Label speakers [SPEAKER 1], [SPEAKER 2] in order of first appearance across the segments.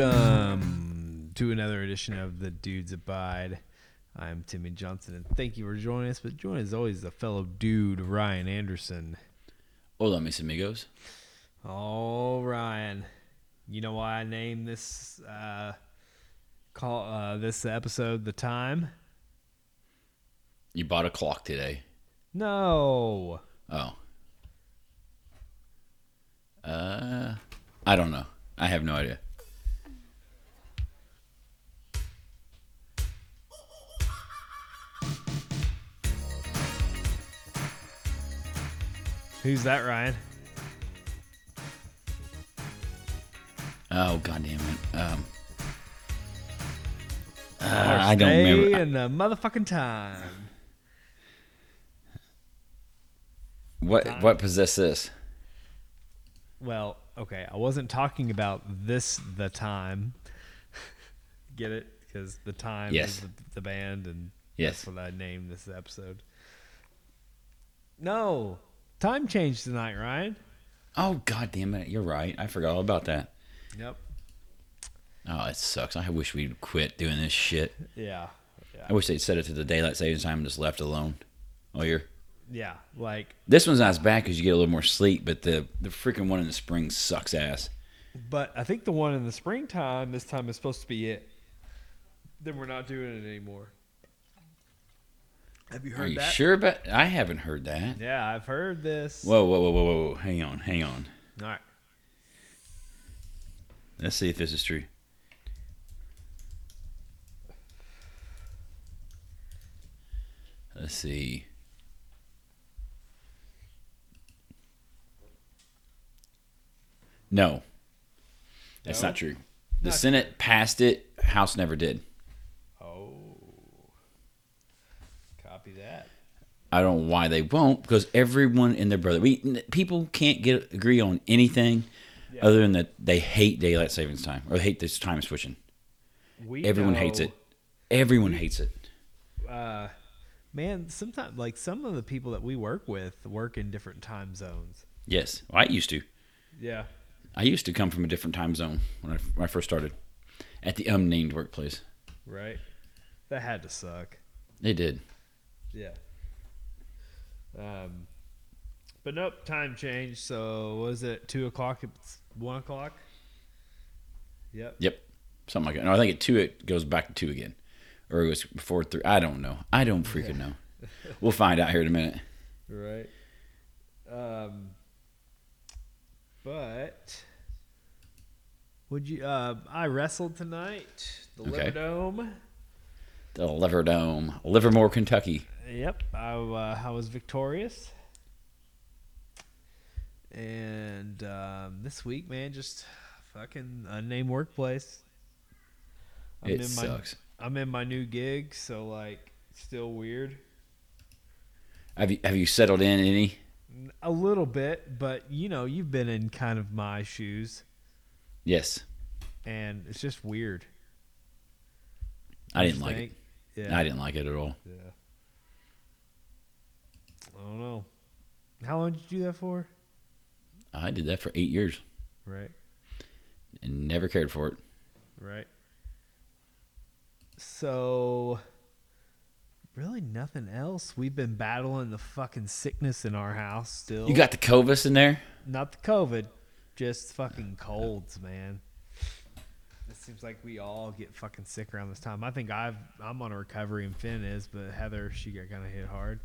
[SPEAKER 1] Welcome to another edition of the Dudes Abide. I'm Timmy Johnson, and thank you for joining us. But join as always the fellow dude Ryan Anderson.
[SPEAKER 2] Hola, mis amigos.
[SPEAKER 1] Oh, Ryan, you know why I named this uh, call uh, this episode the time?
[SPEAKER 2] You bought a clock today.
[SPEAKER 1] No,
[SPEAKER 2] Oh. Uh, I don't know. I have no idea.
[SPEAKER 1] who's that, Ryan?
[SPEAKER 2] Oh, goddamn it. Um, uh,
[SPEAKER 1] Our
[SPEAKER 2] I don't
[SPEAKER 1] stay
[SPEAKER 2] remember.
[SPEAKER 1] In the motherfucking time.
[SPEAKER 2] What what possessed this?
[SPEAKER 1] Well, okay, I wasn't talking about this the time. Get it? Because the time
[SPEAKER 2] Yes.
[SPEAKER 1] is the, the band, and
[SPEAKER 2] Yes.
[SPEAKER 1] that's what I named this episode. No, time change tonight, Ryan.
[SPEAKER 2] Oh, goddamn it. You're right. I forgot all about that.
[SPEAKER 1] Yep.
[SPEAKER 2] Oh, it sucks. I wish we'd quit doing this shit.
[SPEAKER 1] Yeah. Yeah.
[SPEAKER 2] I wish they'd set it to the daylight savings time and just left it alone. Oh, you're.
[SPEAKER 1] Yeah. Like,
[SPEAKER 2] This one's not as bad because you get a little more sleep, but the, the freaking one in the spring sucks ass.
[SPEAKER 1] but I think the one in the springtime this time is supposed to be it. Then we're not doing it anymore. Have you heard
[SPEAKER 2] Are you
[SPEAKER 1] that?
[SPEAKER 2] sure about? I haven't heard that.
[SPEAKER 1] Yeah, I've heard this.
[SPEAKER 2] Whoa, whoa, whoa, whoa, whoa, whoa! Hang on, hang on.
[SPEAKER 1] All right.
[SPEAKER 2] Let's see if this is true. Let's see. No, that's
[SPEAKER 1] No?
[SPEAKER 2] not true. The
[SPEAKER 1] Not-
[SPEAKER 2] Senate passed it. House never did.
[SPEAKER 1] Oh. Copy that.
[SPEAKER 2] I don't know why they won't because everyone and their brother. We n- people can't get agree on anything
[SPEAKER 1] Yeah.
[SPEAKER 2] other than that they hate daylight savings time or they hate this time switching.
[SPEAKER 1] We
[SPEAKER 2] Everyone hates it. Everyone hates it.
[SPEAKER 1] Uh, man, sometimes like some of the people that we work with work in different time zones.
[SPEAKER 2] Yes, well, I used to.
[SPEAKER 1] Yeah.
[SPEAKER 2] I used to come from a different time zone when I, when I first started at the unnamed workplace.
[SPEAKER 1] Right. That had to suck.
[SPEAKER 2] They did.
[SPEAKER 1] Yeah. Um, but nope, time change. So was it two o'clock? It's one o'clock. Yep.
[SPEAKER 2] Yep, something like that. No, I think at two it goes back to two again, or it was before three. I don't know. I don't freaking know. We'll find out here in a minute.
[SPEAKER 1] Right. Um, but would you? Uh, I wrestled tonight. The
[SPEAKER 2] Okay.
[SPEAKER 1] Liver Dome.
[SPEAKER 2] The Liver Dome, Livermore, Kentucky.
[SPEAKER 1] Yep, I, uh, I was victorious. And um, this week, man, just fucking unnamed workplace.
[SPEAKER 2] it
[SPEAKER 1] in my,
[SPEAKER 2] sucks.
[SPEAKER 1] I'm in my new gig, so like, still weird.
[SPEAKER 2] Have you have you settled in any?
[SPEAKER 1] A little bit, but you know, you've been in kind of my shoes,
[SPEAKER 2] Yes,
[SPEAKER 1] and it's just weird.
[SPEAKER 2] I didn't like it.
[SPEAKER 1] it. Yeah,
[SPEAKER 2] I didn't like it at all.
[SPEAKER 1] Yeah. I don't know. How long did you do that for?
[SPEAKER 2] I did that for eight years
[SPEAKER 1] Right.
[SPEAKER 2] and never cared for it.
[SPEAKER 1] Right. So, really, nothing else. We've been battling the fucking sickness in our house still.
[SPEAKER 2] You got the Covis in there.
[SPEAKER 1] not the COVID, just fucking colds, man. It seems like we all get fucking sick around this time. I think I've I'm on a recovery and Finn is, but Heather she got kind of hit hard.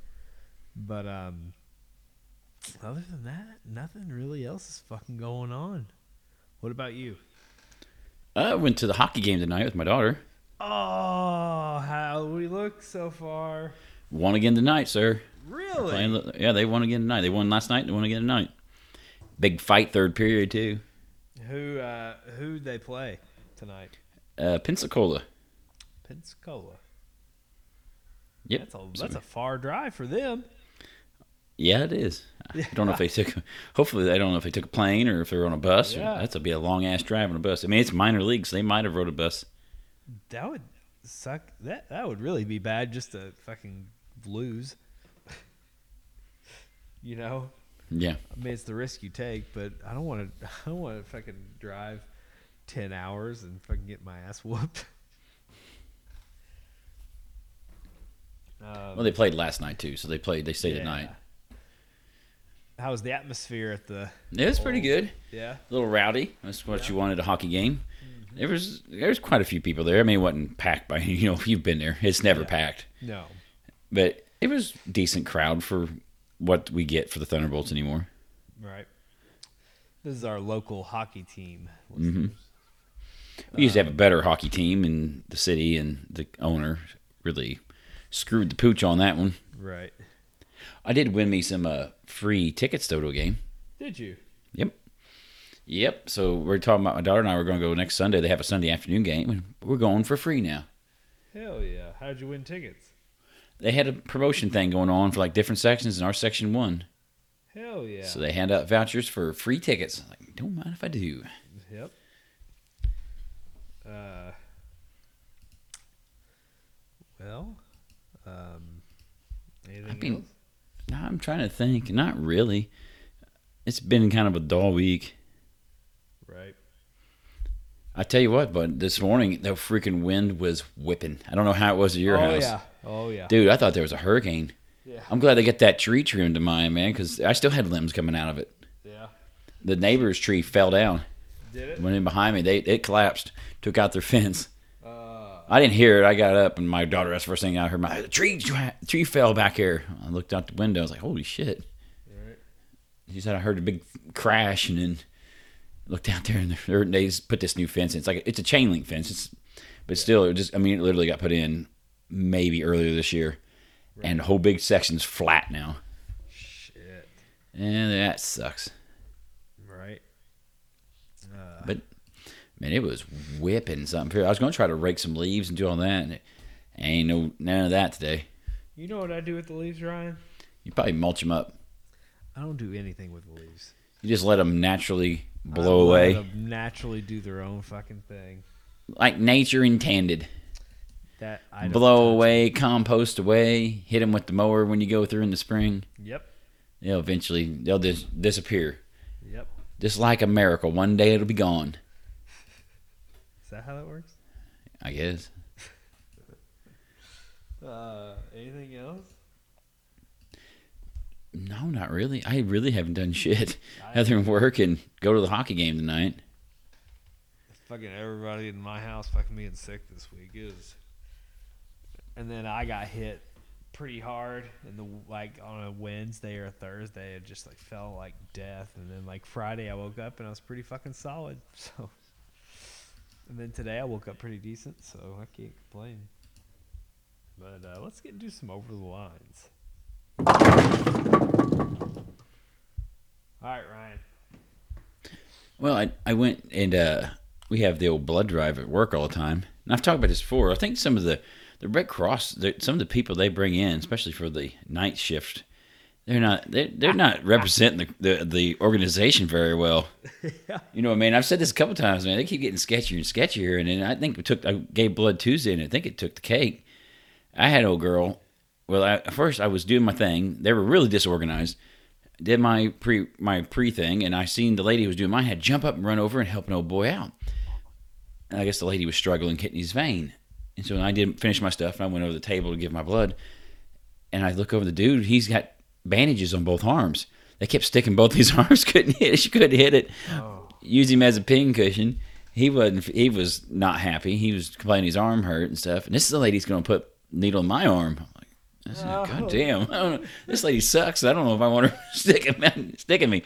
[SPEAKER 1] But um, other than that, nothing really else is fucking going on. What about you?
[SPEAKER 2] I went to the hockey game tonight with my daughter.
[SPEAKER 1] Oh, how we look so far.
[SPEAKER 2] Won again tonight, sir.
[SPEAKER 1] Really?
[SPEAKER 2] Playing, yeah, they won again tonight. They won last night. They won again tonight. Big fight, third period too.
[SPEAKER 1] Who uh who they play tonight?
[SPEAKER 2] Uh, Pensacola.
[SPEAKER 1] Pensacola.
[SPEAKER 2] Yep.
[SPEAKER 1] That's a
[SPEAKER 2] So-
[SPEAKER 1] that's a far drive for them.
[SPEAKER 2] yeah, it is. I don't know if they took. Hopefully, I don't know if they took a plane or if they were on a bus. or-
[SPEAKER 1] Yeah.
[SPEAKER 2] that's a be a long ass drive on a bus. I mean, it's minor leagues. They might have rode a bus.
[SPEAKER 1] That would suck. That that would really be bad just to fucking lose. you know,
[SPEAKER 2] Yeah.
[SPEAKER 1] I mean it's the risk you take, but I don't want to. I don't want to fucking drive ten hours and fucking get my ass whooped. Um,
[SPEAKER 2] Well, they played last night too, so they played. They stayed
[SPEAKER 1] Uh, yeah.
[SPEAKER 2] at night.
[SPEAKER 1] How was the atmosphere at the?
[SPEAKER 2] It was pretty
[SPEAKER 1] Oh.
[SPEAKER 2] good.
[SPEAKER 1] Yeah,
[SPEAKER 2] A little rowdy. That's what you wanted a hockey game.
[SPEAKER 1] Mm-hmm.
[SPEAKER 2] There was there was quite a few people there. I mean, it wasn't packed by you know if you've been there, it's never
[SPEAKER 1] Yeah.
[SPEAKER 2] packed,
[SPEAKER 1] no,
[SPEAKER 2] but it was decent crowd for what we get for the Thunderbolts anymore.
[SPEAKER 1] right. This is our local hockey team.
[SPEAKER 2] Mm-hmm. We used to
[SPEAKER 1] Uh.
[SPEAKER 2] have a better hockey team in the city, and the owner really screwed the pooch on that one.
[SPEAKER 1] Right?
[SPEAKER 2] I did win me some uh, free tickets though to a game.
[SPEAKER 1] Did you?
[SPEAKER 2] Yep. Yep. So we're talking about my daughter and I. We're going to go next Sunday. They have a Sunday afternoon game, and we're going for free now.
[SPEAKER 1] Hell yeah! How did you win tickets?
[SPEAKER 2] They had a promotion thing going on for like different sections, and our section won.
[SPEAKER 1] Hell yeah!
[SPEAKER 2] So they hand out vouchers for free tickets. I'm like, don't mind if I do.
[SPEAKER 1] Yep. Uh, well, um, anything
[SPEAKER 2] been-
[SPEAKER 1] else?
[SPEAKER 2] No, I'm trying to think. Not really. It's been kind of a dull week.
[SPEAKER 1] Right.
[SPEAKER 2] I tell you what, but this morning the freaking wind was whipping. I don't know how it was at your
[SPEAKER 1] oh
[SPEAKER 2] house,
[SPEAKER 1] yeah. Oh yeah.
[SPEAKER 2] dude. I thought there was a hurricane.
[SPEAKER 1] Yeah.
[SPEAKER 2] I'm glad they got that tree trimmed to mine, man, because I still had limbs coming out of it.
[SPEAKER 1] Yeah.
[SPEAKER 2] The neighbor's tree fell down.
[SPEAKER 1] Did it?
[SPEAKER 2] went in behind me. They it collapsed, took out their fence.
[SPEAKER 1] Uh,
[SPEAKER 2] I didn't hear it. I got up and my daughter. That's the first thing I heard. My the tree dra- tree fell back here. I looked out the window. I was like, holy shit!
[SPEAKER 1] right.
[SPEAKER 2] She said I heard a big crash and then looked out there and they're- they just put this new fence. in. It's like it's a chain link fence. It's but still, it just I mean, it literally got put in maybe earlier this year, and the whole big section's flat now.
[SPEAKER 1] Shit.
[SPEAKER 2] And that sucks.
[SPEAKER 1] Right. Uh,
[SPEAKER 2] But man, it was whipping something. I was going to try to rake some leaves and do all that, and it ain't no none of that today.
[SPEAKER 1] you know what I do with the leaves, Ryan?
[SPEAKER 2] You probably mulch them up.
[SPEAKER 1] I don't do anything with the leaves.
[SPEAKER 2] You just let them naturally
[SPEAKER 1] I
[SPEAKER 2] blow
[SPEAKER 1] let
[SPEAKER 2] away,
[SPEAKER 1] them naturally do their own fucking thing.
[SPEAKER 2] like nature intended.
[SPEAKER 1] That I don't
[SPEAKER 2] Blow
[SPEAKER 1] touch.
[SPEAKER 2] away, compost away, hit them with the mower when you go through in the spring.
[SPEAKER 1] Yep.
[SPEAKER 2] They'll eventually they'll just disappear,
[SPEAKER 1] Yep.
[SPEAKER 2] just like a miracle. One day it'll be gone.
[SPEAKER 1] Is that how that works?
[SPEAKER 2] I guess.
[SPEAKER 1] Uh, anything else?
[SPEAKER 2] No, not really. I really haven't done shit
[SPEAKER 1] I-
[SPEAKER 2] other than work and go to the hockey game tonight.
[SPEAKER 1] fucking everybody in my house fucking being sick this week is and then i got hit pretty hard and the like on a wednesday or a thursday it just like felt like death and then like friday i woke up and i was pretty fucking solid so and then today i woke up pretty decent so i can't complain but uh, let's get do some over the lines all right ryan
[SPEAKER 2] Well, I, I went and uh, we have the old blood drive at work all the time. And I've talked about this before. I think some of the, the Red Cross, the, some of the people they bring in, especially for the night shift, they're not they're, they're not representing the, the, the organization very well.
[SPEAKER 1] Yeah.
[SPEAKER 2] You know what I mean? I've said this a couple times, man. They keep getting sketchier and sketchier. And then I think we took I gave blood Tuesday, and I think it took the cake. I had an old girl. Well, I, at first I was doing my thing. They were really disorganized. Did my pre my pre thing, and I seen the lady who was doing mine had jump up and run over and help an old boy out. And I guess the lady was struggling getting his vein, and so when I didn't finish my stuff, and I went over to the table to give my blood, and I look over the dude. He's got bandages on both arms. They kept sticking both his arms. Couldn't hit. it. She couldn't hit it.
[SPEAKER 1] Oh.
[SPEAKER 2] Use him as a pincushion. He wasn't. He was not happy. He was complaining his arm hurt and stuff. And this is the lady's going to put needle in my arm. I'm like, this is,
[SPEAKER 1] Oh.
[SPEAKER 2] goddamn. I don't know. This lady sucks. I don't know if I want her sticking me- sticking me.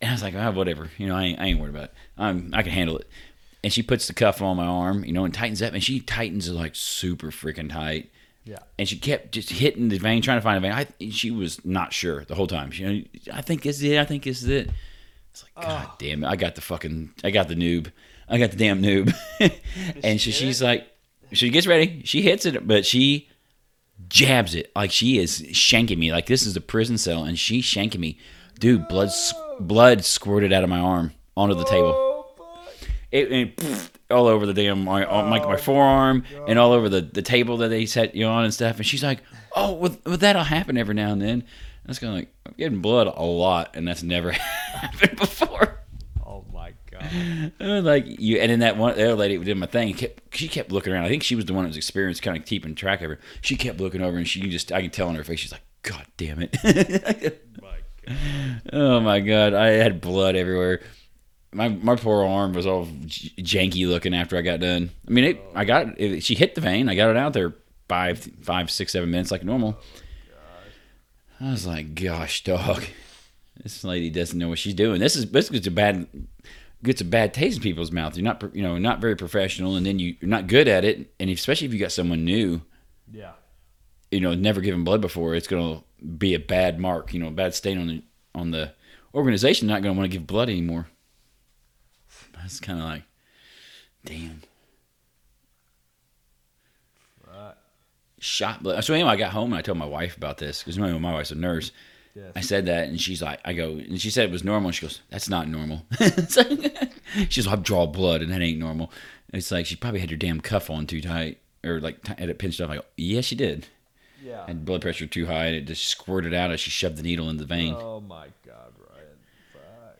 [SPEAKER 2] And I was like, ah, whatever. You know, I ain't, I ain't worried about it. I'm, I can handle it. And she puts the cuff on my arm, you know, and tightens up. And she tightens it like super freaking tight
[SPEAKER 1] yeah
[SPEAKER 2] and she kept just hitting the vein, trying to find a vein. I, she was not sure the whole time. She, I think this is it. I think this is it. It's like, God damn it! I got the fucking, I got the noob, I got the damn noob. and
[SPEAKER 1] she
[SPEAKER 2] she,
[SPEAKER 1] get
[SPEAKER 2] she's
[SPEAKER 1] it?
[SPEAKER 2] like, she gets ready, she hits it, but she jabs it like she is shanking me. Like this is a prison cell, and she's shanking me, dude. Blood, s- blood squirted out of my arm onto the table
[SPEAKER 1] oh, fuck.
[SPEAKER 2] it, and pfft, all over the damn my all- my, my forearm and all over the, the table that they set you on and stuff. And she's like, "Oh, well, well that'll happen every now and then." I was kind of like, "I'm getting blood a lot, and that's never happened before."
[SPEAKER 1] Oh my god.
[SPEAKER 2] And, like you, and then that one the other lady who did my thing. Kept, she kept looking around. I think she was the one that was experienced, kind of keeping track of her. She kept looking over, and she just I can tell in her face, she's like, "God damn it!" oh my god, I had blood everywhere. My my poor arm was all j- janky looking after I got done. I mean, it, I got it, she hit the vein. I got it out there five five six seven minutes like normal. I was like, gosh, dog, this lady doesn't know what she's doing. This is this gets a bad gets a bad taste in people's mouth. You're not pro- you know not very professional, and then you, you're not good at it, and especially if you got someone new
[SPEAKER 1] Yeah.
[SPEAKER 2] you know never given blood before, it's going to be a bad mark, you know, a bad stain on the on the organization. Not going to want to give blood anymore. That's kind of like, damn,
[SPEAKER 1] Fuck.
[SPEAKER 2] shot blood. So anyway, I got home and I told my wife about this because my my wife's a nurse.
[SPEAKER 1] Yes.
[SPEAKER 2] I said that, and she's like, I go, and she said it was normal. And she goes, that's not normal. she's like, I draw blood, and that ain't normal. And it's like she probably had your damn cuff on too tight, or like t- had it pinched up. I go, yes, she did.
[SPEAKER 1] yeah.
[SPEAKER 2] and blood pressure too high, and it just squirted out as she shoved the needle in the vein.
[SPEAKER 1] Oh my god, Ryan. Fuck.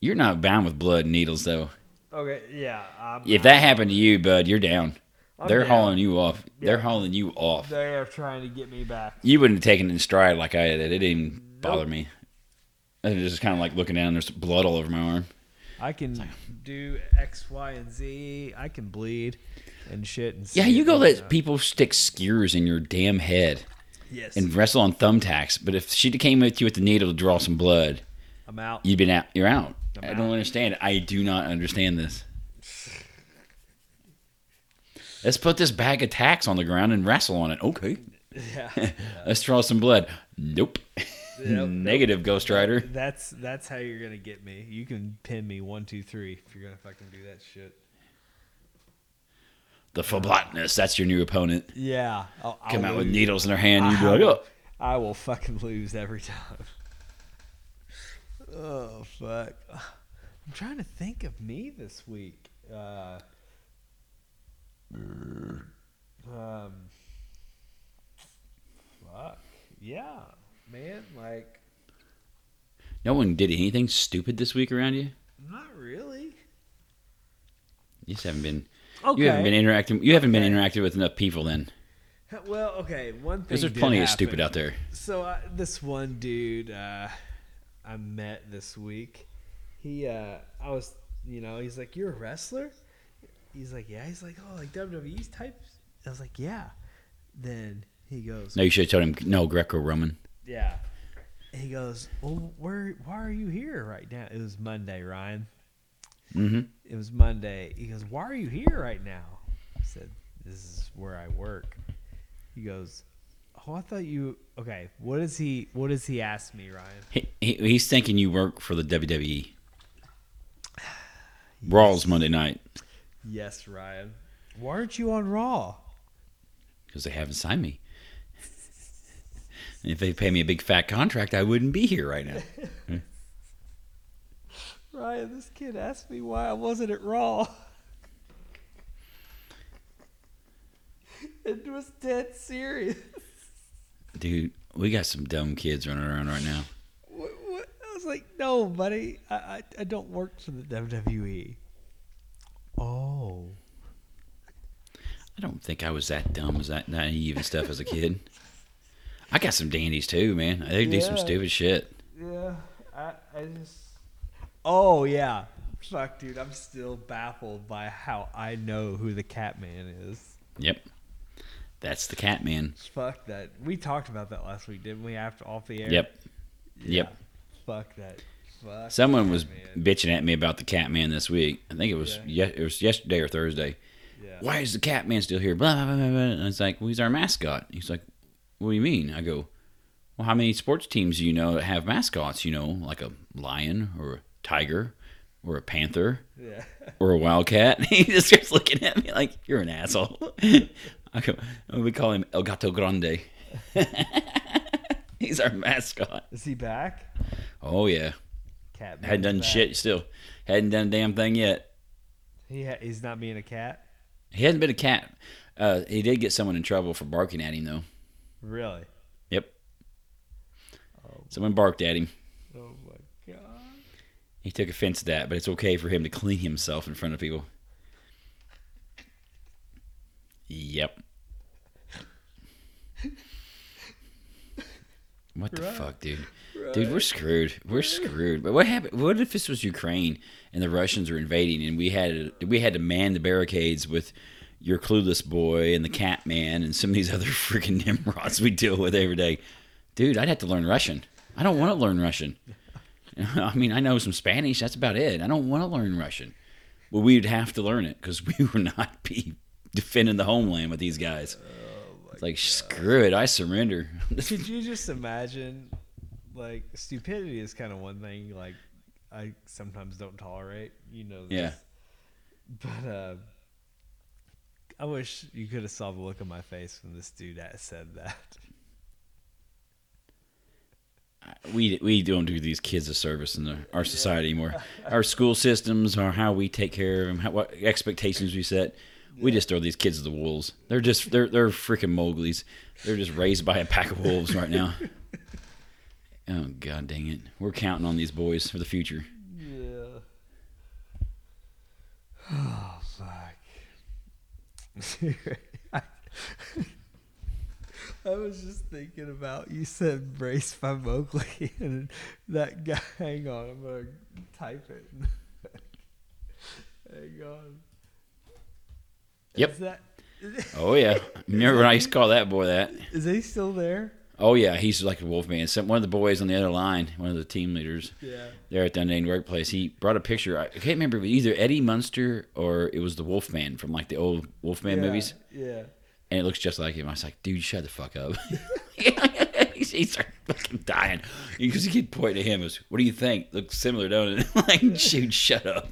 [SPEAKER 2] You're not bound with blood and needles, though.
[SPEAKER 1] Okay. Yeah. I'm,
[SPEAKER 2] If that happened to you, bud, you're down.
[SPEAKER 1] I'm
[SPEAKER 2] They're
[SPEAKER 1] down.
[SPEAKER 2] hauling you off. They're
[SPEAKER 1] Yeah.
[SPEAKER 2] hauling you off.
[SPEAKER 1] They are trying to get me back.
[SPEAKER 2] You wouldn't have taken it in stride like I did. It didn't even bother me. I was just kind of like looking down. There's blood all over my arm.
[SPEAKER 1] I can do X, Y, and Z. I can bleed and shit. And
[SPEAKER 2] Yeah,
[SPEAKER 1] see
[SPEAKER 2] you
[SPEAKER 1] it
[SPEAKER 2] go
[SPEAKER 1] coming
[SPEAKER 2] let
[SPEAKER 1] up.
[SPEAKER 2] people stick skewers in your damn head
[SPEAKER 1] Yes.
[SPEAKER 2] and wrestle on thumbtacks. But if she came at you with the needle to draw some blood,
[SPEAKER 1] I'm out.
[SPEAKER 2] you've been out. You're out.
[SPEAKER 1] I'm
[SPEAKER 2] I don't
[SPEAKER 1] out.
[SPEAKER 2] understand. I do not understand this. Let's put this bag of tacks on the ground and wrestle on it. Okay.
[SPEAKER 1] Yeah.
[SPEAKER 2] Let's draw some blood. Nope.
[SPEAKER 1] Yep.
[SPEAKER 2] Negative, Ghost Rider.
[SPEAKER 1] That's that's how you're gonna get me. You can pin me one, two, three if you're gonna fucking do that shit.
[SPEAKER 2] The phlebotomist. That's your new opponent.
[SPEAKER 1] Yeah. I'll, I'll
[SPEAKER 2] Come out with
[SPEAKER 1] lose.
[SPEAKER 2] needles in their hand. You'd be
[SPEAKER 1] I
[SPEAKER 2] like,
[SPEAKER 1] will-
[SPEAKER 2] oh.
[SPEAKER 1] I will fucking lose every time. Oh fuck! I'm trying to think of me this week. Uh, um, fuck yeah, man! Like,
[SPEAKER 2] No one did anything stupid this week around you?
[SPEAKER 1] not really.
[SPEAKER 2] You just haven't been.
[SPEAKER 1] Okay.
[SPEAKER 2] You haven't been interacting. You haven't been interacting with enough people then,
[SPEAKER 1] well, okay. One thing
[SPEAKER 2] because there's
[SPEAKER 1] did
[SPEAKER 2] plenty of
[SPEAKER 1] happen.
[SPEAKER 2] stupid out there.
[SPEAKER 1] So uh, this one dude uh, I met this week, he uh, I was you know he's like you're a wrestler, he's like yeah he's like oh like WWE's type I was like yeah, then he goes
[SPEAKER 2] No, you should have told him no Greco-Roman.
[SPEAKER 1] yeah, And he goes well where why are you here right now it was Monday Ryan
[SPEAKER 2] Mm-hmm.
[SPEAKER 1] it was Monday. He goes, "Why are you here right now?" I said, "This is where I work." He goes, "Oh, I thought you okay. What is he? What does he ask me, Ryan?"
[SPEAKER 2] He, he- he's thinking you work for the WWE. Raw's Monday night
[SPEAKER 1] Yes, Ryan. Why aren't you on Raw?
[SPEAKER 2] because they haven't signed me. And if they pay me a big fat contract, I wouldn't be here right now.
[SPEAKER 1] Ryan, this kid asked me why I wasn't at Raw. it was dead serious.
[SPEAKER 2] Dude, we got some dumb kids running around right now.
[SPEAKER 1] What, what? I was like, no, buddy, I, I, I don't work for the E." WWE. Oh.
[SPEAKER 2] I don't think I was that dumb as that naive and stuff as a kid. I got some dandies too, man. They do some
[SPEAKER 1] Yeah.
[SPEAKER 2] stupid shit.
[SPEAKER 1] Yeah, I, I just. Oh yeah, fuck, dude, I'm still baffled by how I know who the Catman is.
[SPEAKER 2] Yep. That's the Catman.
[SPEAKER 1] Fuck that. We talked about that last week, didn't we? After off the air.
[SPEAKER 2] Yep. Yep.
[SPEAKER 1] Fuck that. Fuck.
[SPEAKER 2] Someone was
[SPEAKER 1] Catman.
[SPEAKER 2] bitching at me about the Catman this week. I think it was yeah. it was yesterday or Thursday.
[SPEAKER 1] Yeah.
[SPEAKER 2] Why is the Catman still here? Blah blah blah. blah. blah. And it's like, well, he's our mascot. He's like, what do you mean? I go, well, how many sports teams do you know that have mascots? You know, like a lion or a tiger or a panther
[SPEAKER 1] Yeah.
[SPEAKER 2] or a wildcat. he just starts looking at me like you're an asshole. I go, "Oh, we call him El Gato Grande. he's our mascot.
[SPEAKER 1] Is he back?
[SPEAKER 2] Oh yeah,
[SPEAKER 1] Catman.
[SPEAKER 2] hadn't done shit still. Hadn't done a damn thing yet.
[SPEAKER 1] He ha- he's not being a cat.
[SPEAKER 2] He hasn't been a cat. Uh, he did get someone in trouble for barking at him, though.
[SPEAKER 1] Really?
[SPEAKER 2] Yep. Someone barked at him.
[SPEAKER 1] Oh my god.
[SPEAKER 2] He took offense to that, but it's okay for him to clean himself in front of people. Yep. What the
[SPEAKER 1] Right.
[SPEAKER 2] fuck, dude? Dude, we're screwed. We're screwed. But what happened? What if this was Ukraine and the Russians were invading, and we had we had to man the barricades with your clueless boy and the cat man and some of these other freaking nimrods we deal with every day? Dude, I'd have to learn Russian. I don't want to learn Russian. I mean, I know some Spanish. That's about it. I don't want to learn Russian. Well, we'd have to learn it because we would not be defending the homeland with these guys. it's like screw it, I surrender.
[SPEAKER 1] Could you just imagine, like, stupidity is kind of one thing, like, I sometimes don't tolerate, you know.
[SPEAKER 2] Yeah.
[SPEAKER 1] This. But, uh, I wish you could have saw the look on my face when this dude that said that.
[SPEAKER 2] we we don't do these kids a service in the, our society anymore. Our school systems are how we take care of them, how, what expectations we set. We just throw these kids to the wolves. They're just they're they're freaking Mowgli's. They're just raised by a pack of wolves right now. oh god dang it! We're counting on these boys for the future.
[SPEAKER 1] Yeah. Oh fuck. I, I was just thinking about you said brace by Mowgli and that guy. Hang on, I'm gonna type it. hang on.
[SPEAKER 2] Yep.
[SPEAKER 1] Is that
[SPEAKER 2] Oh yeah, remember when I used to call that boy that?
[SPEAKER 1] is he still there?
[SPEAKER 2] Oh yeah, he's like a wolf man. Some, one of the boys on the other line, one of the team leaders.
[SPEAKER 1] Yeah.
[SPEAKER 2] there at the unnamed workplace, he brought a picture. I can't remember, but either Eddie Munster or it was the Wolfman from like the old Wolfman
[SPEAKER 1] yeah,
[SPEAKER 2] movies,
[SPEAKER 1] Yeah.
[SPEAKER 2] and it looks just like him. I was like, dude, shut the fuck up. he he started fucking dying because he kept pointing at him. As, what do you think? Looks similar, don't it? like, dude, shut up.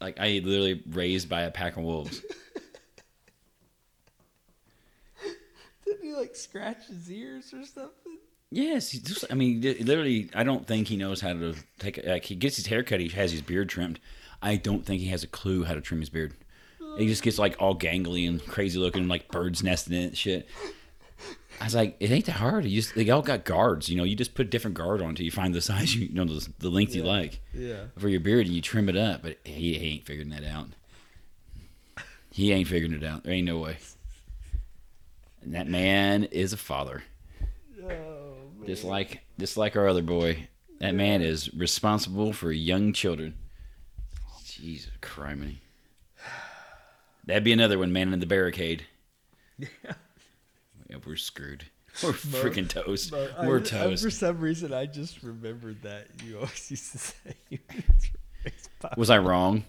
[SPEAKER 2] like I literally raised by a pack of wolves.
[SPEAKER 1] Didn't he like scratch his ears or something?
[SPEAKER 2] Yes, he just, I mean, li- literally, I don't think he knows how to take. Like, he gets his haircut, he has his beard trimmed. I don't think he has a clue how to trim his beard. He just gets like all gangly and crazy looking, like birds nesting in it, and shit. I was like, it ain't that hard. You just they all got guards, you know. You just put a different guard on till you find the size you, you know, the, the length you
[SPEAKER 1] Yeah.
[SPEAKER 2] like
[SPEAKER 1] Yeah.
[SPEAKER 2] for your beard, and you trim it up. But he, he ain't figuring that out. He ain't figuring it out. There ain't no way. And that man is a father.
[SPEAKER 1] Oh, man.
[SPEAKER 2] Just like just like our other boy, that man is responsible for young children. Jesus criminy. That'd be another one, man in the barricade.
[SPEAKER 1] Yeah.
[SPEAKER 2] Yeah, we're screwed. We're freaking toast.
[SPEAKER 1] But I-
[SPEAKER 2] we're
[SPEAKER 1] I-
[SPEAKER 2] toast.
[SPEAKER 1] for some reason, I just remembered that you always used to say. you raised by-
[SPEAKER 2] was I wrong?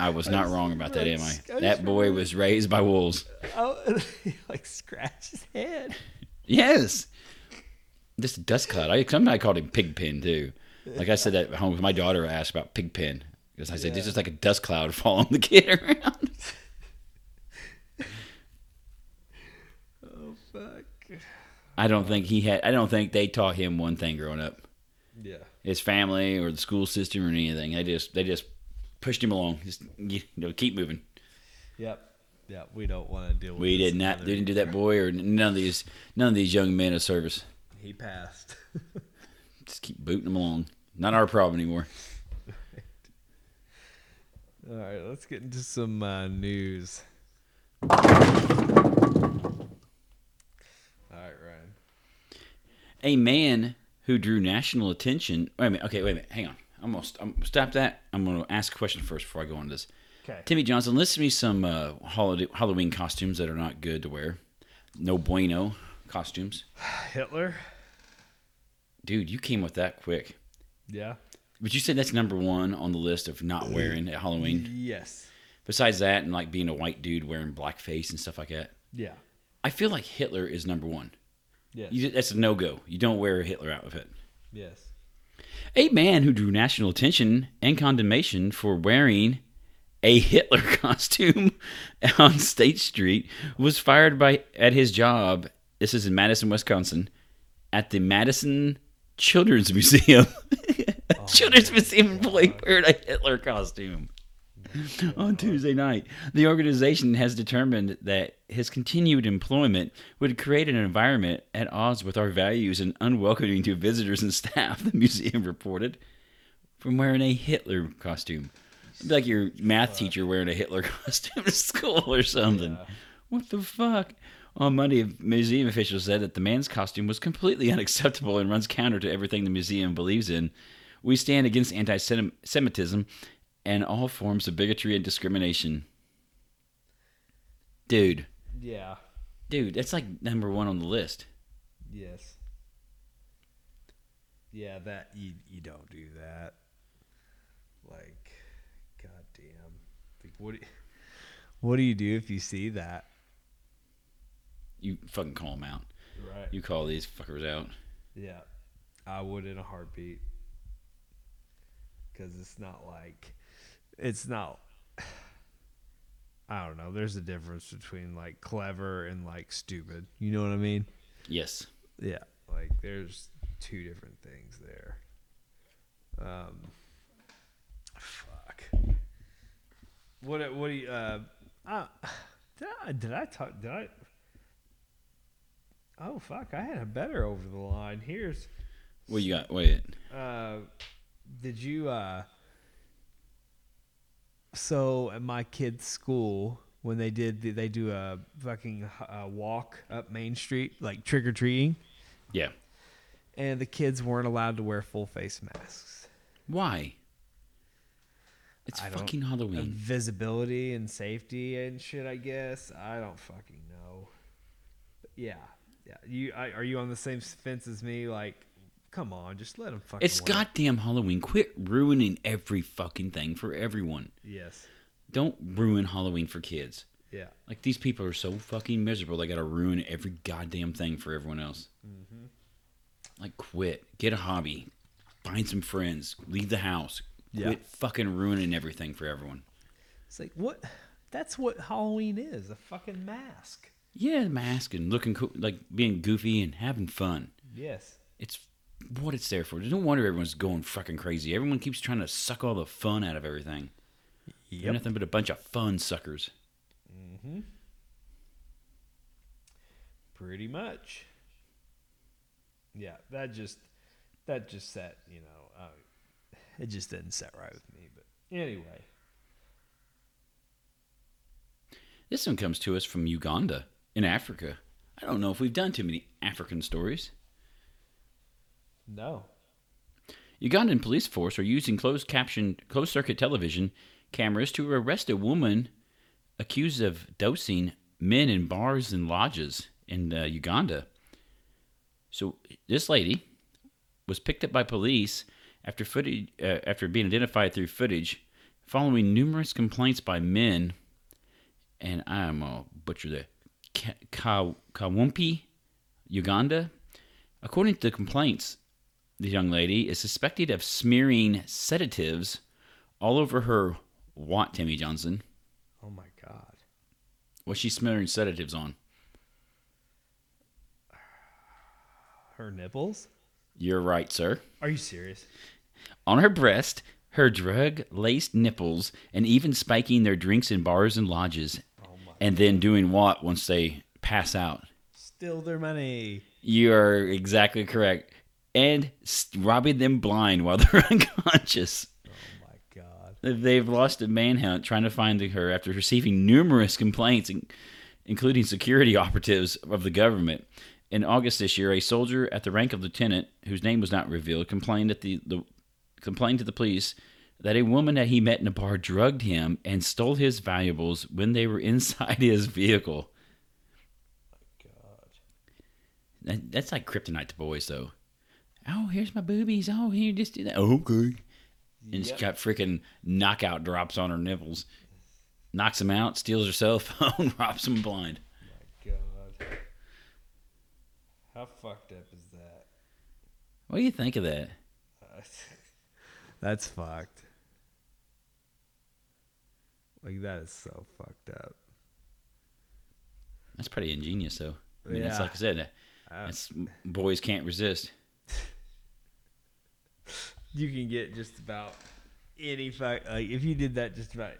[SPEAKER 2] I was not wrong about that, am
[SPEAKER 1] I just
[SPEAKER 2] I? That boy
[SPEAKER 1] remembered-
[SPEAKER 2] was raised by wolves.
[SPEAKER 1] Oh, he, like scratch his head.
[SPEAKER 2] Yes. This dust cloud. I sometimes I called him Pigpen too. Like I said that at home. My daughter asked about Pigpen because I said
[SPEAKER 1] Yeah.
[SPEAKER 2] it's just like a dust cloud following the kid around.
[SPEAKER 1] Oh fuck.
[SPEAKER 2] I don't think he had. I don't think they taught him one thing growing up.
[SPEAKER 1] Yeah.
[SPEAKER 2] His family or the school system or anything. They just they just pushed him along. Just you know, keep moving.
[SPEAKER 1] Yep. Yeah. We don't want to deal with.
[SPEAKER 2] We
[SPEAKER 1] this
[SPEAKER 2] did not
[SPEAKER 1] other-
[SPEAKER 2] didn't do that boy or none of these none of these young men of service.
[SPEAKER 1] He passed.
[SPEAKER 2] Just keep booting them along. Not our problem anymore.
[SPEAKER 1] All right. Let's get into some uh, news. All right, Ryan.
[SPEAKER 2] a man who drew national attention. Wait a minute. Okay, wait a minute. Hang on. I'm gonna, st- I'm gonna stop that. I'm gonna ask a question first before I go on this.
[SPEAKER 1] Okay.
[SPEAKER 2] Timmy Johnson, list me some uh, holiday Halloween costumes that are not good to wear. No bueno costumes.
[SPEAKER 1] Hitler.
[SPEAKER 2] Dude, you came with that quick.
[SPEAKER 1] Yeah.
[SPEAKER 2] But you said that's number one on the list of not wearing at Halloween.
[SPEAKER 1] Yes.
[SPEAKER 2] Besides that, and like being a white dude wearing blackface and stuff like that,
[SPEAKER 1] Yeah.
[SPEAKER 2] I feel like Hitler is number one.
[SPEAKER 1] Yes.
[SPEAKER 2] You, that's a no go. You don't wear a Hitler outfit.
[SPEAKER 1] yes.
[SPEAKER 2] A man who drew national attention and condemnation for wearing a Hitler costume on State Street was fired by at his job. This is in Madison, Wisconsin, at the Madison Children's Museum. Children's Museum employee wearing a Hitler costume. on Tuesday night. The organization has determined that his continued employment would create an environment at odds with our values and unwelcoming to visitors and staff, the museum reported, from wearing a Hitler costume. It'd be like your math teacher wearing a Hitler costume to school or something. What the fuck? On Monday, museum officials said that the man's costume was completely unacceptable and runs counter to everything the museum believes in. We stand against anti Semitism and all forms of bigotry and discrimination. Dude,
[SPEAKER 1] Yeah.
[SPEAKER 2] dude, that's like number one on the list.
[SPEAKER 1] Yes. Yeah, that you you don't do that. Like, goddamn. Like, what? Do you, what do you do if you see that?
[SPEAKER 2] You fucking call them out.
[SPEAKER 1] Right.
[SPEAKER 2] You call these fuckers out.
[SPEAKER 1] Yeah, I would in a heartbeat. Because it's not like, it's not. I don't know. There's a difference between like clever and like stupid. You know what I mean?
[SPEAKER 2] Yes.
[SPEAKER 1] Yeah. Like there's two different things there. Um. Fuck. What? What do you? Uh. I, did I? Did I talk? Did I? Oh fuck! I had a better over the line. Here's.
[SPEAKER 2] What you got? Wait.
[SPEAKER 1] Uh, did you uh so at my kid's school when they did the, they do a fucking uh, walk up main street like trick-or-treating
[SPEAKER 2] Yeah.
[SPEAKER 1] and the kids weren't allowed to wear full face masks
[SPEAKER 2] Why? It's
[SPEAKER 1] I don't-
[SPEAKER 2] fucking Halloween.
[SPEAKER 1] visibility and safety and shit i guess i don't fucking know But yeah yeah you I, are you on the same fence as me like come on just let them fucking
[SPEAKER 2] It's
[SPEAKER 1] wear it.
[SPEAKER 2] goddamn Halloween. Quit ruining every fucking thing for everyone.
[SPEAKER 1] yes
[SPEAKER 2] Don't ruin Halloween for kids.
[SPEAKER 1] yeah
[SPEAKER 2] Like these people are so fucking miserable. They gotta ruin every goddamn thing for everyone else. Mm-hmm. Like, quit. Get a hobby. Find some friends. Leave the house.
[SPEAKER 1] Yeah.
[SPEAKER 2] Quit fucking ruining everything for everyone.
[SPEAKER 1] It's like what? That's what Halloween is—a fucking mask.
[SPEAKER 2] Yeah, mask and looking cool, like being goofy and having fun.
[SPEAKER 1] Yes.
[SPEAKER 2] It's what it's there for. There's no wonder everyone's going fucking crazy. Everyone keeps trying to suck all the fun out of everything. They're nothing but a bunch of fun suckers.
[SPEAKER 1] Pretty much. Yeah, that just that just set you know uh, it just didn't set right with me. But anyway,
[SPEAKER 2] This one comes to us from Uganda in Africa. I don't know if we've done too many African stories.
[SPEAKER 1] no.
[SPEAKER 2] Ugandan police force are using closed caption closed circuit television cameras to arrest a woman accused of dosing men in bars and lodges in uh, Uganda. So this lady was picked up by police after footage uh, after being identified through footage following numerous complaints by men and I'm a butcher the Ka- Ka- Kawumpi, Uganda. According to the complaints, the young lady is suspected of smearing sedatives all over her what, Timmy Johnson?
[SPEAKER 1] Oh my god.
[SPEAKER 2] What's she smearing sedatives on?
[SPEAKER 1] Her nipples?
[SPEAKER 2] You're right, sir.
[SPEAKER 1] Are you serious?
[SPEAKER 2] On her breast, her drug laced nipples, and even spiking their drinks in bars and lodges,
[SPEAKER 1] Oh my.
[SPEAKER 2] and then doing what once they pass out?
[SPEAKER 1] Still their money.
[SPEAKER 2] You are exactly correct. And s- robbing them blind while they're unconscious.
[SPEAKER 1] Oh my god.
[SPEAKER 2] They've lost a manhunt trying to find her after receiving numerous complaints, in- including security operatives of the government. In August this year, a soldier at the rank of lieutenant, whose name was not revealed, complained that the, the complained to the police that a woman that he met in a bar drugged him and stole his valuables when they were inside his vehicle.
[SPEAKER 1] God.
[SPEAKER 2] That, that's like kryptonite to boys, though. Oh, here's my boobies. Oh, here, just do that. Okay. And she's
[SPEAKER 1] Yep.
[SPEAKER 2] got freaking knockout drops on her nipples. Knocks him out, steals her cell phone, robs him blind.
[SPEAKER 1] Oh My god. How fucked up is that?
[SPEAKER 2] What do you think of that?
[SPEAKER 1] That's fucked. Like that is so fucked up.
[SPEAKER 2] That's pretty ingenious, though. I mean, that's
[SPEAKER 1] Yeah. Uh,
[SPEAKER 2] like I said, that's boys can't resist.
[SPEAKER 1] You can get just about any fact, like if you did that just about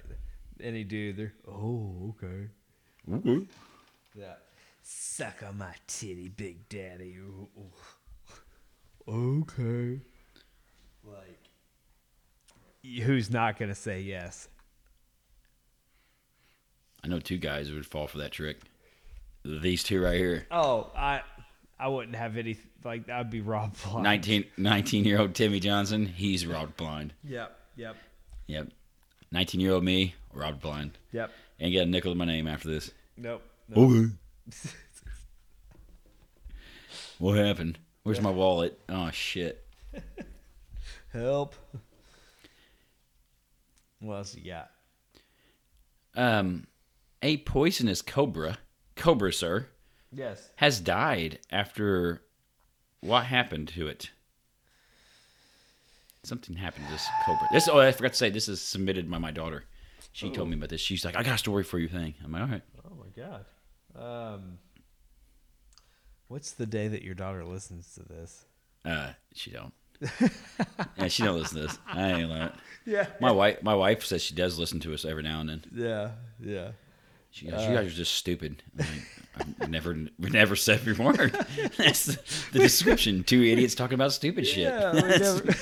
[SPEAKER 1] any dude, they're oh okay,
[SPEAKER 2] Okay.
[SPEAKER 1] yeah, suck on my titty, big daddy. Ooh, ooh. Okay, like who's not gonna say yes?
[SPEAKER 2] I know two guys would fall for that trick. These two right here.
[SPEAKER 1] Oh, I I wouldn't have any like I'd be Rob Blind.
[SPEAKER 2] 19, 19 year old Timmy Johnson, he's robbed blind.
[SPEAKER 1] Yep, yep,
[SPEAKER 2] Yep. 19 year old me, robbed blind.
[SPEAKER 1] yep.
[SPEAKER 2] Ain't got a nickel to my name after this.
[SPEAKER 1] Nope. nope.
[SPEAKER 2] Okay. What happened? Where's my wallet? Oh, shit.
[SPEAKER 1] Help. What else you got?
[SPEAKER 2] Um, a poisonous cobra, cobra, sir,
[SPEAKER 1] Yes.
[SPEAKER 2] has died after what happened to it? Something happened to this cobra. This oh, I forgot to say this is submitted by my daughter. She told me about this. She's like, I got a story for you thing. I'm like, all right.
[SPEAKER 1] Oh my god. Um, what's the day that your daughter listens to this?
[SPEAKER 2] Uh, she don't. yeah, she don't listen to this. I ain't lying.
[SPEAKER 1] Yeah.
[SPEAKER 2] My wife, my wife says she does listen to us every now and then.
[SPEAKER 1] Yeah. Yeah.
[SPEAKER 2] She
[SPEAKER 1] Uh,
[SPEAKER 2] goes, you guys are just stupid. I'm like, I've never, we never said every word. That's the, the description. Two idiots talking about stupid shit.
[SPEAKER 1] Yeah, we
[SPEAKER 2] that's,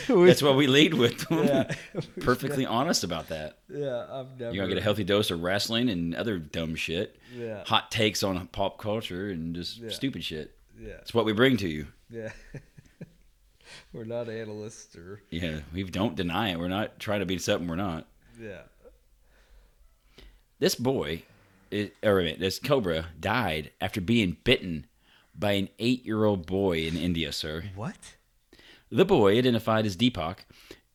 [SPEAKER 1] never- we-
[SPEAKER 2] that's what we lead with.
[SPEAKER 1] Yeah.
[SPEAKER 2] Perfectly honest about that.
[SPEAKER 1] Yeah. I've never.
[SPEAKER 2] You're gonna get a healthy dose of wrestling and other dumb shit.
[SPEAKER 1] Yeah.
[SPEAKER 2] Hot takes on pop culture and just
[SPEAKER 1] Yeah.
[SPEAKER 2] stupid shit.
[SPEAKER 1] Yeah.
[SPEAKER 2] It's what we bring to you.
[SPEAKER 1] Yeah. We're not analysts or
[SPEAKER 2] Yeah, we don't deny it. We're not trying to be something we're not.
[SPEAKER 1] yeah.
[SPEAKER 2] This boy, is, or wait, this cobra died after being bitten by an eight-year-old boy in India, sir.
[SPEAKER 1] What?
[SPEAKER 2] The boy, identified as Deepak,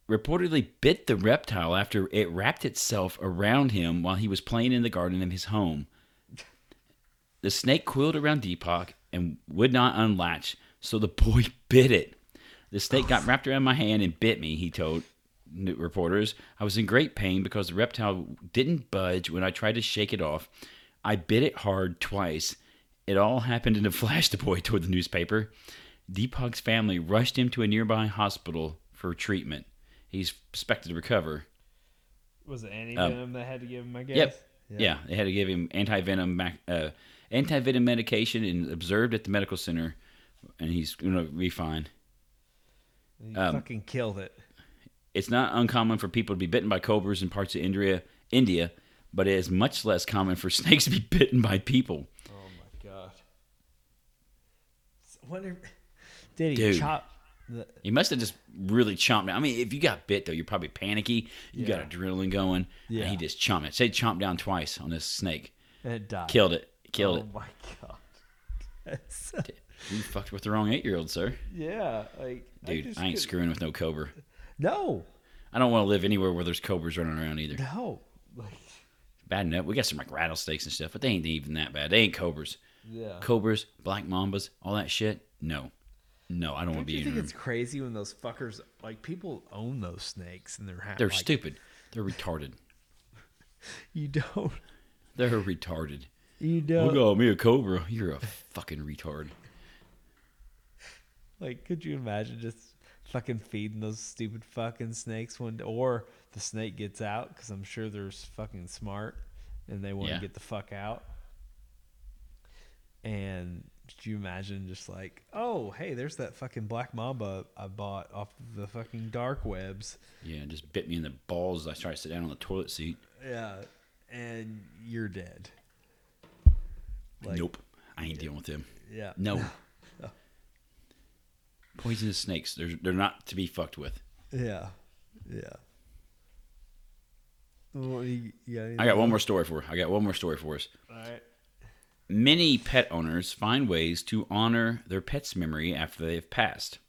[SPEAKER 2] reportedly bit the reptile after it wrapped itself around him while he was playing in the garden of his home. The snake coiled around Deepak and would not unlatch, so the boy bit it. The snake got wrapped around my hand and bit me, he told n- reporters. I was in great pain because the reptile didn't budge when I tried to shake it off. I bit it hard twice. It all happened in a flash, the boy told the newspaper. Deepak's family rushed him to a nearby hospital for treatment. He's expected to recover.
[SPEAKER 1] Was it Annie
[SPEAKER 2] Um,
[SPEAKER 1] Venom that had to give him? I guess.
[SPEAKER 2] Yep. Yeah. they had to give him anti venom uh, anti venom medication and observed at the medical center, and he's going to be fine.
[SPEAKER 1] He
[SPEAKER 2] Um,
[SPEAKER 1] fucking killed it.
[SPEAKER 2] It's not uncommon for people to be bitten by cobras in parts of India, India, but it is much less common for snakes to be bitten by people.
[SPEAKER 1] Oh my god. S- Wonder did he
[SPEAKER 2] Dude.
[SPEAKER 1] chop the
[SPEAKER 2] You must have just really chomped. down. I mean, if you got bit though, you're probably panicky. You
[SPEAKER 1] Yeah.
[SPEAKER 2] got adrenaline going. Yeah,
[SPEAKER 1] Yeah.
[SPEAKER 2] he just chomped it. Say chomped down twice on this snake.
[SPEAKER 1] and it died.
[SPEAKER 2] Killed it. Killed
[SPEAKER 1] uh, oh
[SPEAKER 2] it.
[SPEAKER 1] my god. That's-
[SPEAKER 2] You fucked with the wrong eight year old, sir.
[SPEAKER 1] yeah, like
[SPEAKER 2] Dude, I,
[SPEAKER 1] just
[SPEAKER 2] ain't
[SPEAKER 1] could-
[SPEAKER 2] screwing with no cobra.
[SPEAKER 1] No,
[SPEAKER 2] I don't want to live anywhere where there's cobras running around either.
[SPEAKER 1] no, like
[SPEAKER 2] Bad enough. We got some like rattlesnakes and stuff, but they ain't even that bad. They ain't cobras.
[SPEAKER 1] yeah.
[SPEAKER 2] Cobras, black mambas, all that shit. No. No, I don't
[SPEAKER 1] Don't
[SPEAKER 2] want to be
[SPEAKER 1] you
[SPEAKER 2] in a
[SPEAKER 1] think
[SPEAKER 2] room.
[SPEAKER 1] it's crazy when those fuckers like people own those snakes and they're ha-
[SPEAKER 2] They're
[SPEAKER 1] like,
[SPEAKER 2] stupid. They're retarded.
[SPEAKER 1] You don't.
[SPEAKER 2] They're retarded.
[SPEAKER 1] You
[SPEAKER 2] Oh,
[SPEAKER 1] don't.
[SPEAKER 2] God, me a cobra. You're a fucking retard.
[SPEAKER 1] Like, could you imagine just fucking feeding those stupid fucking snakes one day? Or the snake gets out because I'm sure they're s- fucking smart and they want to
[SPEAKER 2] Yeah.
[SPEAKER 1] get the fuck out. And could you imagine just like, oh, hey, there's that fucking black mamba I bought off the fucking dark webs.
[SPEAKER 2] Yeah, just bit me in the balls as I tried to sit down on the toilet seat.
[SPEAKER 1] Yeah. And you're dead.
[SPEAKER 2] nope. I ain't dealing with them.
[SPEAKER 1] Yeah.
[SPEAKER 2] No. Poisonous snakes. They're, they're not to be fucked with.
[SPEAKER 1] Yeah. Yeah. Well, you, you got anything?
[SPEAKER 2] I got one more story for I got one more story for us.
[SPEAKER 1] All right.
[SPEAKER 2] Many pet owners find ways to honor their pet's memory after they have passed.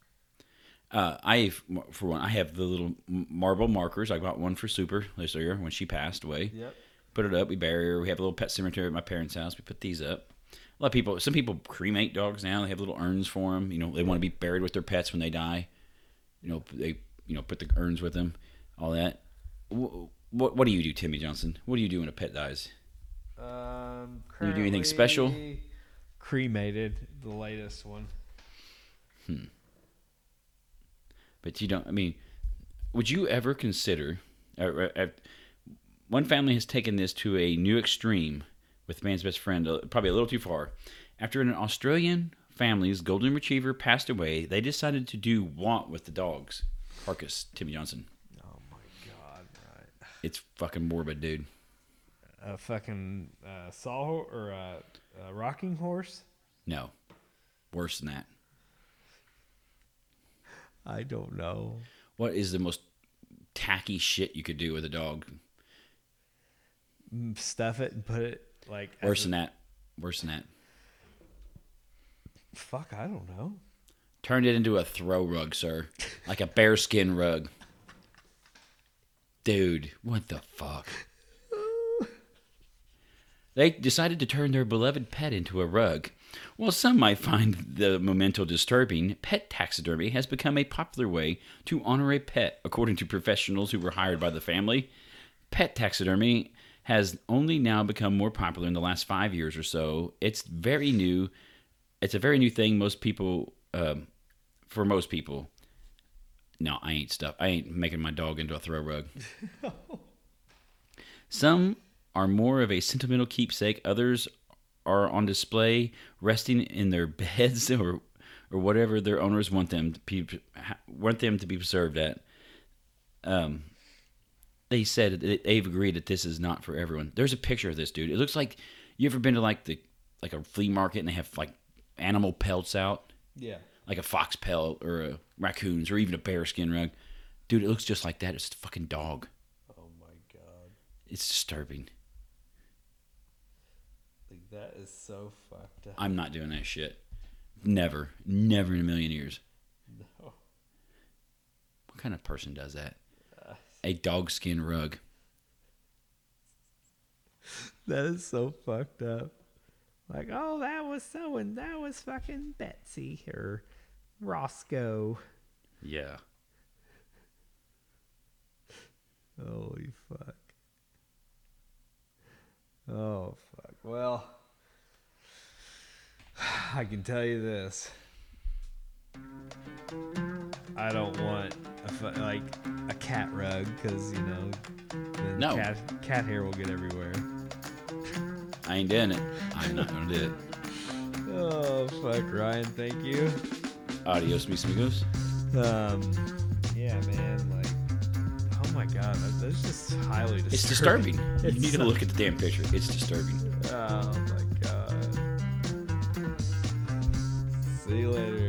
[SPEAKER 2] Uh, I, for one, I have the little m- marble markers. I got one for Super this year when she passed away.
[SPEAKER 1] Yep.
[SPEAKER 2] Put it up. We bury her. We have a little pet cemetery at my parents' house. We put these up. A lot of people. Some people cremate dogs now. They have little urns for them. You know, they want to be buried with their pets when they die. You know, they you know put the urns with them. All that. What what do you do, Timmy Johnson? What do you do when a pet dies?
[SPEAKER 1] Um,
[SPEAKER 2] You do anything special?
[SPEAKER 1] currently Cremated, the latest one.
[SPEAKER 2] But you don't. I mean, would you ever consider uh, uh, one family has taken this to a new extreme with man's best friend, uh, probably a little too far. After an Australian family's golden retriever passed away, they decided to do what with the dog's carcass. Timmy Johnson.
[SPEAKER 1] Oh my god! Right.
[SPEAKER 2] It's fucking morbid, dude.
[SPEAKER 1] A fucking uh, saw or a, a rocking horse?
[SPEAKER 2] No, worse than that.
[SPEAKER 1] I don't know.
[SPEAKER 2] What is the most tacky shit you could do with a dog?
[SPEAKER 1] Mm, Stuff it and put it like as
[SPEAKER 2] Worse
[SPEAKER 1] a-
[SPEAKER 2] than that. Worse than that.
[SPEAKER 1] Fuck, I don't know.
[SPEAKER 2] Turned it into a throw rug, sir. Like a bearskin rug. Dude, what the fuck? They decided to turn their beloved pet into a rug. While some might find the memento disturbing, pet taxidermy has become a popular way to honor a pet, according to professionals who were hired by the family. Pet taxidermy has only now become more popular in the last five years or so. It's very new. It's a very new thing. Most people, um, for most people, no, I ain't stuff. I ain't making my dog into a throw rug. Some are more of a sentimental keepsake. Others are on display, resting in their beds or or whatever their owners want them to be want them to be preserved at. Um, they said that they've agreed that this is not for everyone. There's a picture of this dude. It looks like you ever been to like the like a flea market and they have like animal pelts out,
[SPEAKER 1] Yeah.
[SPEAKER 2] like a fox pelt or a raccoon's or even a bear skin rug. Dude, it looks just like that. It's a fucking dog.
[SPEAKER 1] Oh my god.
[SPEAKER 2] It's disturbing.
[SPEAKER 1] Like that is so fucked up.
[SPEAKER 2] I'm not doing that shit. Never. Never in a million years.
[SPEAKER 1] No.
[SPEAKER 2] What kind of person does that? A dog skin rug.
[SPEAKER 1] That is so fucked up. Like, oh, that was so and that was fucking Betsy or Roscoe.
[SPEAKER 2] Yeah.
[SPEAKER 1] Holy fuck. Oh fuck. Well, I can tell you this. I don't want a fu- like a cat rug because you know then
[SPEAKER 2] No.
[SPEAKER 1] cat cat hair will get everywhere.
[SPEAKER 2] I ain't doing it. I'm not gonna do
[SPEAKER 1] Oh fuck, Ryan. Thank you.
[SPEAKER 2] it. Adios, mis amigos.
[SPEAKER 1] Um, yeah, man. Like, oh my god, that, that's just highly disturbing.
[SPEAKER 2] It's disturbing. you
[SPEAKER 1] It's
[SPEAKER 2] need to
[SPEAKER 1] so-
[SPEAKER 2] look at the damn picture. It's disturbing.
[SPEAKER 1] Oh my god. See you later.